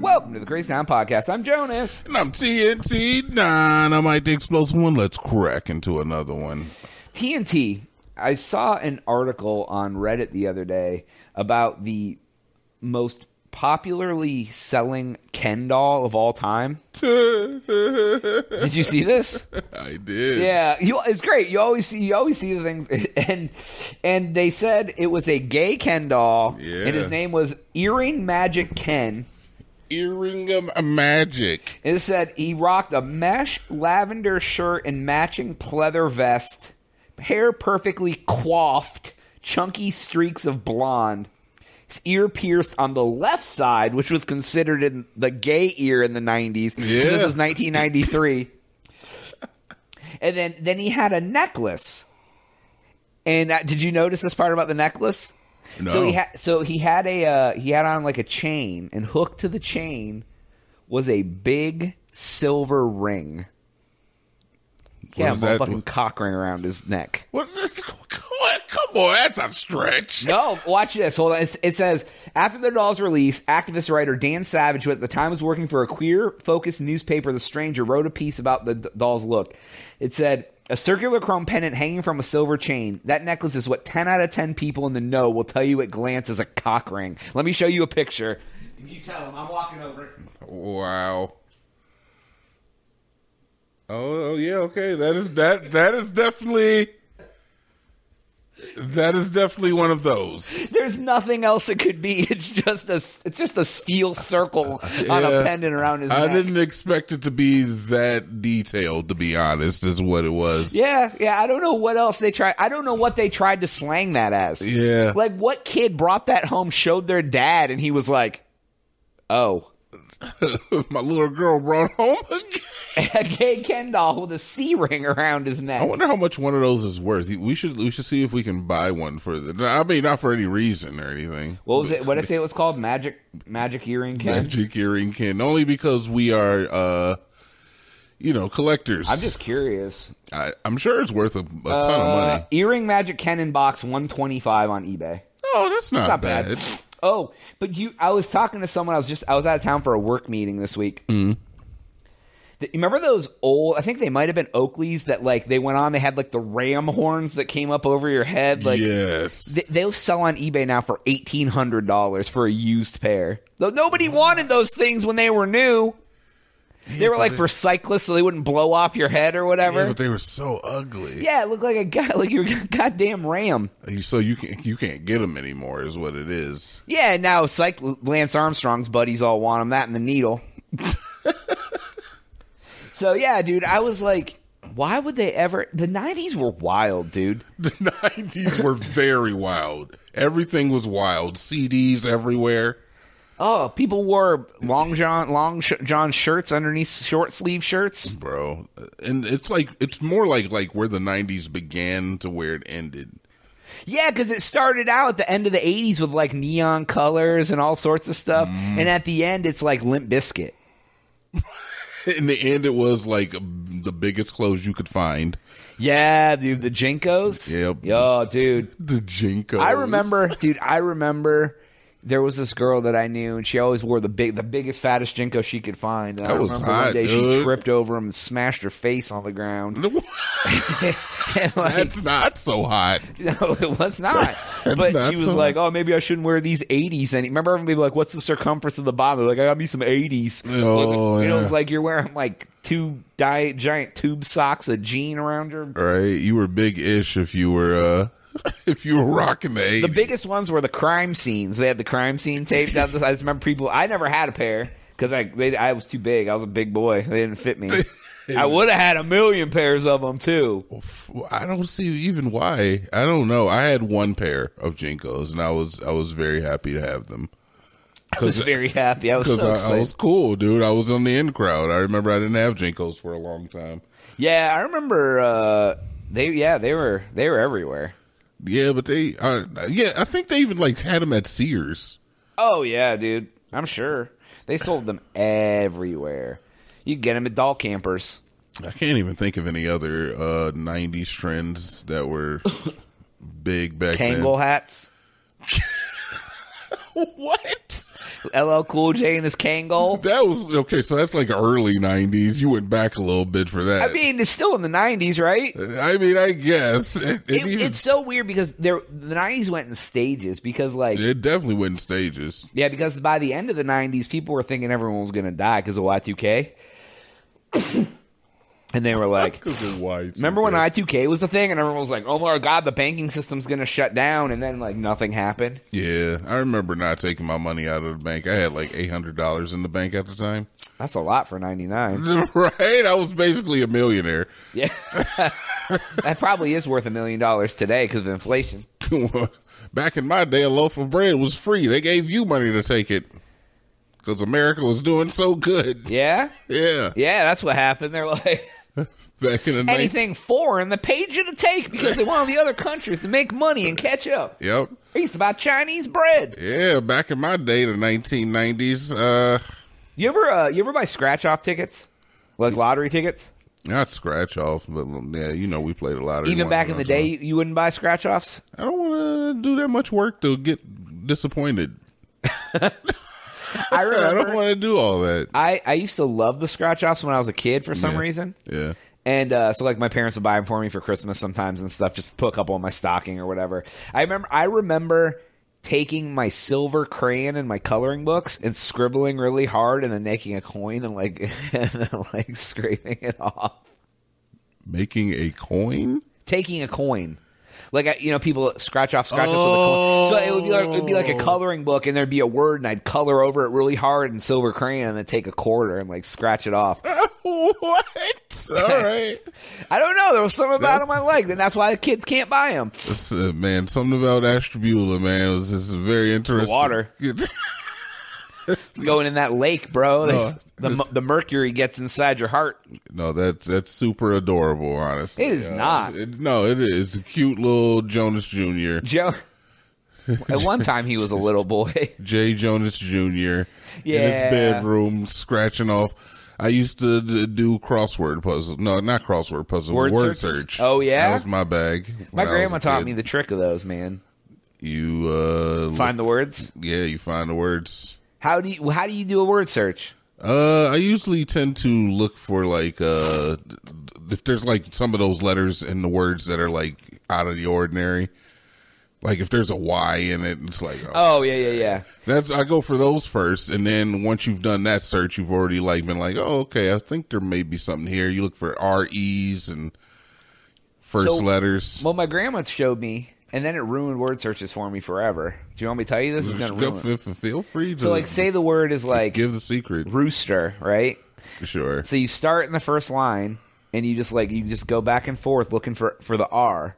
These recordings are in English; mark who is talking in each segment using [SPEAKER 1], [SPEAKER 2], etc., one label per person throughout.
[SPEAKER 1] Dirty Sound Podcast. I'm Jonas.
[SPEAKER 2] And I'm TNT Dynamite, the explosive one. Let's crack into another one.
[SPEAKER 1] TNT. I saw an article on Reddit the other day about the most popularly selling Ken doll of all time. Did you see this?
[SPEAKER 2] I did.
[SPEAKER 1] Yeah, you, it's great. You always see you always see the things, and and they said it was a gay Ken doll,
[SPEAKER 2] Yeah.
[SPEAKER 1] and his name was Earring Magic Ken.
[SPEAKER 2] Earring of magic.
[SPEAKER 1] It said he rocked a mesh lavender shirt and matching pleather vest, hair perfectly coiffed, chunky streaks of blonde. His ear pierced on the left side, which was considered in the gay ear in the 90s. 'cause This
[SPEAKER 2] Yeah.
[SPEAKER 1] was 1993. and then, then he had a necklace. And uh, did you notice this part about the necklace?
[SPEAKER 2] No.
[SPEAKER 1] So he had so he had a uh, he had on like a chain and hooked to the chain was a big silver ring. Yeah,
[SPEAKER 2] is that?
[SPEAKER 1] motherfucking cock ring around his neck.
[SPEAKER 2] What's this? What? Come on, that's a stretch.
[SPEAKER 1] No, watch this. Hold on. It's, it says after the doll's release, activist writer Dan Savage, who at the time was working for a queer-focused newspaper, The Stranger, wrote a piece about the d- doll's look. It said a circular chrome pendant hanging from a silver chain. That necklace is what ten out of ten people in the know will tell you at glance is a cock ring. Let me show you a picture. And you tell them I'm walking over.
[SPEAKER 2] Wow. Oh, oh, yeah, okay. That is that that is definitely that is definitely one of those.
[SPEAKER 1] There's nothing else it could be. It's just a s- it's just a steel circle on a
[SPEAKER 2] Yeah.
[SPEAKER 1] pendant around his
[SPEAKER 2] I
[SPEAKER 1] neck.
[SPEAKER 2] didn't expect it to be that detailed, to be honest, is what it was.
[SPEAKER 1] Yeah, yeah. I don't know what else they tried. I don't know what they tried to slang that as.
[SPEAKER 2] Yeah.
[SPEAKER 1] Like, what kid brought that home, showed their dad, and he was like, oh,
[SPEAKER 2] My little girl brought home a g-
[SPEAKER 1] a gay Ken doll with a C ring around his
[SPEAKER 2] I
[SPEAKER 1] neck.
[SPEAKER 2] wonder how much one of those is worth. We should we should see if we can buy one for the I mean not for any reason or anything.
[SPEAKER 1] What was it? What did I say it was called? Magic Magic Earring Ken?
[SPEAKER 2] Magic earring can only because we are uh you know, collectors.
[SPEAKER 1] I'm just curious.
[SPEAKER 2] I, I'm sure it's worth a, a ton of
[SPEAKER 1] Uh,
[SPEAKER 2] money.
[SPEAKER 1] earring Magic Ken in box 125 on eBay.
[SPEAKER 2] Oh, that's not,
[SPEAKER 1] not
[SPEAKER 2] bad.
[SPEAKER 1] bad. Oh, but you I was talking to someone I was just I was out of town for a work meeting this week. Mm.
[SPEAKER 2] Mm-hmm.
[SPEAKER 1] You remember those old I think they might have been Oakleys that like they went on they had like the ram horns that came up over your head like
[SPEAKER 2] yes.
[SPEAKER 1] they, they'll sell on eBay now for $1800 for a used pair. Though nobody wanted those things when they were new. They were like for cyclists so they wouldn't blow off your head or
[SPEAKER 2] yeah,
[SPEAKER 1] whatever.
[SPEAKER 2] but they were so ugly.
[SPEAKER 1] Yeah, it looked like a guy like your goddamn ram.
[SPEAKER 2] You- So you can you can't get them anymore, is what it is.
[SPEAKER 1] Yeah, and now psych Lance Armstrong's buddies all want him that and the needle. so yeah, dude, I was like, why would they ever? The '90s were wild, dude.
[SPEAKER 2] The nineties were very wild. Everything was wild. CDs everywhere.
[SPEAKER 1] Oh, people wore long john long sh- john shirts underneath short sleeve shirts.
[SPEAKER 2] bro. And it's like it's more like like where the '90s began to where it ended.
[SPEAKER 1] Yeah, because it started out at the end of the '80s with like neon colors and all sorts of stuff, and at the end, it's like Limp Biscuit.
[SPEAKER 2] In the end, it was like the biggest clothes you could find.
[SPEAKER 1] Yeah, dude, the Jinkos.
[SPEAKER 2] Yep.
[SPEAKER 1] Yo, dude.
[SPEAKER 2] The Jinko.
[SPEAKER 1] I remember, dude. I remember there was this girl that I knew, and she always wore the big, the biggest, fattest jinko she could find. And I
[SPEAKER 2] That was
[SPEAKER 1] remember one
[SPEAKER 2] hot,
[SPEAKER 1] day she
[SPEAKER 2] dude.
[SPEAKER 1] tripped over him and smashed her face on the ground. And, like,
[SPEAKER 2] That's not so hot.
[SPEAKER 1] no, it was not. But
[SPEAKER 2] not
[SPEAKER 1] she was
[SPEAKER 2] so-
[SPEAKER 1] like, "Oh, maybe I shouldn't wear these 80s." And remember, everyone would be like, "What's the circumference of the bottom?" Like, I got me some 80s.
[SPEAKER 2] Oh,
[SPEAKER 1] you know,
[SPEAKER 2] yeah.
[SPEAKER 1] it's like you're wearing like two di- giant tube socks, a jean around your
[SPEAKER 2] All right, you were big ish if you were uh if you were rocking the
[SPEAKER 1] The
[SPEAKER 2] 80s.
[SPEAKER 1] biggest ones were the crime scenes. They had the crime scene taped out. I just remember people. I never had a pair because I they, I was too big. I was a big boy. They didn't fit me. I would have had a million pairs of them too.
[SPEAKER 2] I don't see even why. I don't know. I had one pair of Jinkos, and I was I was very happy to have them.
[SPEAKER 1] I was very happy. I was
[SPEAKER 2] Because
[SPEAKER 1] so
[SPEAKER 2] I,
[SPEAKER 1] excited.
[SPEAKER 2] I was cool, dude. I was on the in crowd. I remember I didn't have Jinkos for a long time.
[SPEAKER 1] yeah, I remember. Uh, they yeah they were they were everywhere.
[SPEAKER 2] Yeah, but they are. Yeah, I think they even like had them at Sears.
[SPEAKER 1] Oh yeah, dude. I'm sure they sold them everywhere. You could get them at doll campers.
[SPEAKER 2] I can't even think of any other uh '90s trends that were big back
[SPEAKER 1] Kangle hats.
[SPEAKER 2] then. What?
[SPEAKER 1] LL Cool J and his Kangol.
[SPEAKER 2] That was okay. So that's like early '90s. You went back a little bit for that.
[SPEAKER 1] I mean, it's still in the '90s, right?
[SPEAKER 2] I mean, I guess it, it
[SPEAKER 1] It,
[SPEAKER 2] even-
[SPEAKER 1] it's so weird because there the '90s went in stages because like
[SPEAKER 2] it definitely went in stages.
[SPEAKER 1] yeah because by the end of the '90s people were thinking everyone was gonna die because of Y2K, and they were like,
[SPEAKER 2] Because they're white.
[SPEAKER 1] Remember when I2K was the thing and everyone was like, oh my god, the banking system's gonna shut down, and then like nothing happened?
[SPEAKER 2] Yeah, I remember not taking my money out of the bank. I had like eight hundred dollars in the bank at the time.
[SPEAKER 1] That's a lot for
[SPEAKER 2] Mm.
[SPEAKER 1] 99.
[SPEAKER 2] right? I was basically a millionaire.
[SPEAKER 1] Yeah. that probably is worth a million dollars today because of inflation.
[SPEAKER 2] Back in my day, a loaf of bread was free. They gave you money to take it because America was doing so good.
[SPEAKER 1] Yeah?
[SPEAKER 2] Yeah,
[SPEAKER 1] Yeah, that's what happened. They're like,
[SPEAKER 2] back in the nineteen.
[SPEAKER 1] anything foreign, they paid you to take because they wanted the other countries to make money and catch up.
[SPEAKER 2] Yep.
[SPEAKER 1] I used to buy Chinese bread.
[SPEAKER 2] Yeah, back in my day, the nineteen nineties. Uh,
[SPEAKER 1] You ever, uh, you ever buy scratch off tickets? Like lottery tickets?
[SPEAKER 2] not scratch off, but yeah, you know we played a lot of
[SPEAKER 1] Even back in the day, you, you wouldn't buy scratch offs?
[SPEAKER 2] I don't want to do that much work to get disappointed.
[SPEAKER 1] I
[SPEAKER 2] I
[SPEAKER 1] remember.
[SPEAKER 2] don't want to do all that.
[SPEAKER 1] I, I used to love the scratch offs when I was a kid for some
[SPEAKER 2] Yeah.
[SPEAKER 1] reason.
[SPEAKER 2] Yeah.
[SPEAKER 1] And uh, so, like, my parents would buy them for me for Christmas sometimes and stuff, just to put a couple in my stocking or whatever. I remember, I remember taking my silver crayon and my coloring books and scribbling really hard and then making a coin and like, and then, like scraping it off.
[SPEAKER 2] Making a coin?
[SPEAKER 1] Taking a coin. Like I- you know, people scratch off scratch offs with a coin. So it would be like it'd be like a coloring book, and there'd be a word, and I'd color over it really hard in silver crayon, and then take a quarter and like scratch it off.
[SPEAKER 2] what? All right.
[SPEAKER 1] I don't know. There was something about him I liked, and that's why the kids can't buy him.
[SPEAKER 2] That's, uh, man, something about Ashtabula, man, it was just very interesting.
[SPEAKER 1] water. It's going in that lake, bro. They-
[SPEAKER 2] No.
[SPEAKER 1] the, mu- the mercury gets inside your heart.
[SPEAKER 2] no, that's that's super adorable, honestly.
[SPEAKER 1] It is
[SPEAKER 2] Uh,
[SPEAKER 1] not.
[SPEAKER 2] It, no, it is. It's a cute little Jonas Jr.
[SPEAKER 1] Joe. At one time, he was a little boy.
[SPEAKER 2] Jay Jonas Jr. in his
[SPEAKER 1] Yeah.
[SPEAKER 2] bedroom scratching off. I used to d- do crossword puzzles. No, not crossword puzzles.
[SPEAKER 1] Word
[SPEAKER 2] Word,
[SPEAKER 1] searches?
[SPEAKER 2] search.
[SPEAKER 1] Oh, yeah?
[SPEAKER 2] that was my bag.
[SPEAKER 1] My
[SPEAKER 2] when I was
[SPEAKER 1] grandma
[SPEAKER 2] a
[SPEAKER 1] taught
[SPEAKER 2] kid.
[SPEAKER 1] me the trick of those, man.
[SPEAKER 2] You uh,
[SPEAKER 1] Find the words.
[SPEAKER 2] look- yeah, you find the words.
[SPEAKER 1] How do you how do you do a word search?
[SPEAKER 2] Uh, I usually tend to look for like uh, if there's like some of those letters in the words that are like out of the ordinary. Like if there's a Y in it, it's like oh,
[SPEAKER 1] Oh yeah, yeah, yeah.
[SPEAKER 2] That's I go for those first, and then once you've done that search, you've already like been like, oh, okay, I think there may be something here. You look for R E's and first
[SPEAKER 1] So-
[SPEAKER 2] letters.
[SPEAKER 1] Well, my grandma showed me, and then it ruined word searches for me forever. Do you want me to tell you this is gonna
[SPEAKER 2] Go
[SPEAKER 1] ruin? It.
[SPEAKER 2] f- f- feel free to
[SPEAKER 1] So like, say the word is like
[SPEAKER 2] give the secret.
[SPEAKER 1] rooster, right?
[SPEAKER 2] Sure,
[SPEAKER 1] So you start in the first line, and you just like you just go back and forth looking for for the R,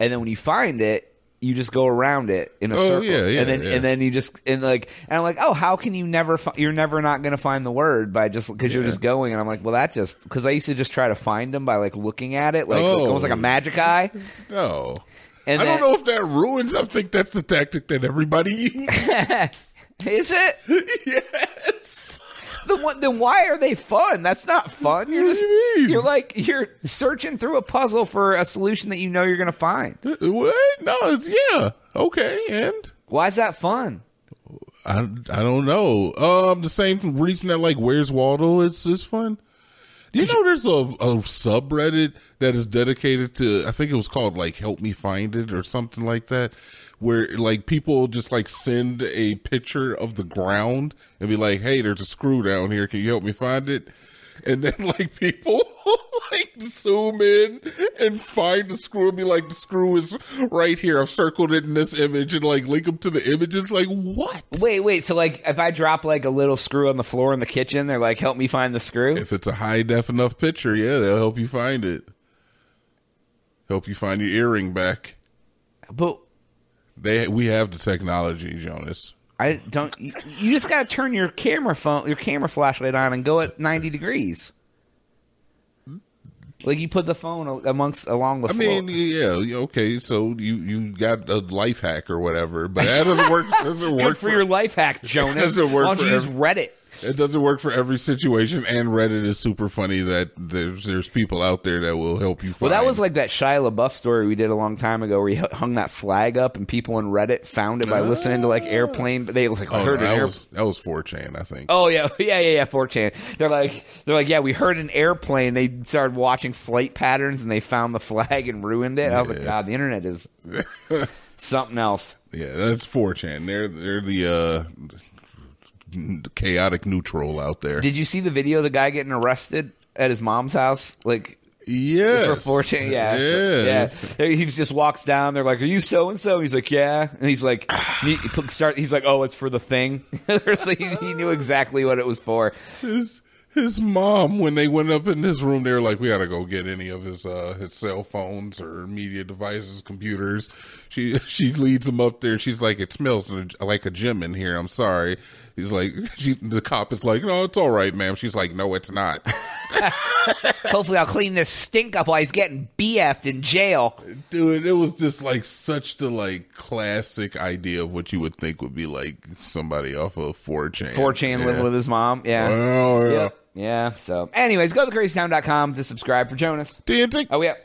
[SPEAKER 1] and then when you find it, you just go around it in a
[SPEAKER 2] Oh,
[SPEAKER 1] circle,
[SPEAKER 2] yeah, yeah,
[SPEAKER 1] and then
[SPEAKER 2] yeah.
[SPEAKER 1] and then you just and like and I'm like, oh, how can you never fi- you're never not gonna find the word by just because you're
[SPEAKER 2] Yeah.
[SPEAKER 1] just going, and I'm like, well, that just because I used to just try to find them by like looking at it, like, like
[SPEAKER 2] Oh.
[SPEAKER 1] almost like a magic eye,
[SPEAKER 2] no.
[SPEAKER 1] and
[SPEAKER 2] I
[SPEAKER 1] then,
[SPEAKER 2] don't know if that ruins. I think that's the tactic that everybody uses.
[SPEAKER 1] is it?
[SPEAKER 2] yes.
[SPEAKER 1] Then, what, then why are they fun? That's not fun. You're
[SPEAKER 2] What
[SPEAKER 1] just
[SPEAKER 2] do you mean?
[SPEAKER 1] you're like you're searching through a puzzle for a solution that you know you're gonna find.
[SPEAKER 2] What? No, it's yeah. Okay, and
[SPEAKER 1] Why is that fun?
[SPEAKER 2] I, I don't know. Um, the same reason that like Where's Waldo? It's it's fun. Do you know there's a, a subreddit that is dedicated to I think it was called like Help Me Find It or something like that, where like people just like send a picture of the ground and be like, Hey, there's a screw down here. Can you help me find it? And then like people like zoom in and find the screw and be like, the screw is right here. I've circled it in this image and like link them to the images. Like what?
[SPEAKER 1] Wait, wait. So like, if I drop like a little screw on the floor in the kitchen, they're like, "Help me find the screw."
[SPEAKER 2] If it's a high def enough picture, yeah, they'll help you find it. Help you find your earring back.
[SPEAKER 1] but
[SPEAKER 2] They we have the technology, Jonas.
[SPEAKER 1] I don't. You, you just gotta turn your camera phone, your camera flashlight on, and go at ninety degrees. Like you put the phone a- amongst along the
[SPEAKER 2] Hmm? I
[SPEAKER 1] floor.
[SPEAKER 2] mean, yeah, yeah, okay, so you you got a life hack or whatever, but that doesn't work. Doesn't
[SPEAKER 1] Good
[SPEAKER 2] work
[SPEAKER 1] for your life hack, Jonas.
[SPEAKER 2] That's a word
[SPEAKER 1] Why don't
[SPEAKER 2] for
[SPEAKER 1] you use Reddit?
[SPEAKER 2] It doesn't work for every situation, and Reddit is super funny that there's there's people out there that will help you. Find.
[SPEAKER 1] Well, that was like that Shia LaBeouf story we did a long time ago, where he hung that flag up, and people on Reddit found it by listening to like airplane. They was like
[SPEAKER 2] oh,
[SPEAKER 1] heard
[SPEAKER 2] no,
[SPEAKER 1] an
[SPEAKER 2] that
[SPEAKER 1] air-
[SPEAKER 2] was that was four chan, I think.
[SPEAKER 1] Oh yeah, yeah, yeah, yeah. 4chan. They're like, they're like, yeah, we heard an airplane. They started watching flight patterns, and they found the flag and ruined it. I was like,
[SPEAKER 2] Yeah.
[SPEAKER 1] God, the internet is something else.
[SPEAKER 2] Yeah, that's four chan. They're they're the uh, chaotic neutral out there.
[SPEAKER 1] Did you see the video of the guy getting arrested at his mom's house? Like
[SPEAKER 2] yes,
[SPEAKER 1] for four chan, yeah,
[SPEAKER 2] Yes.
[SPEAKER 1] yeah. He just walks down. They're like, "Are you so and so?" He's like, "Yeah," and he's like, he he start. He's like, "Oh, it's for the thing." so he, he knew exactly what it was for.
[SPEAKER 2] His his mom when they went up in his room, they were like, "We gotta go get any of his uh his cell phones or media devices, computers." She she leads him up there. She's like, "It smells like a gym in here." I'm sorry. He's like, she, the cop is like, "No, it's all right, ma'am." She's like, "No, it's not."
[SPEAKER 1] Hopefully, I'll clean this stink up while he's getting BF'd in jail.
[SPEAKER 2] Dude, it was just like such the like classic idea of what you would think would be like somebody off of 4chan.
[SPEAKER 1] Four chan living with his mom. Yeah.
[SPEAKER 2] Oh, yeah.
[SPEAKER 1] Yep. Yeah. So, anyways, go to thecrazytown.com to subscribe for Jonas.
[SPEAKER 2] TNT.
[SPEAKER 1] Oh, yeah.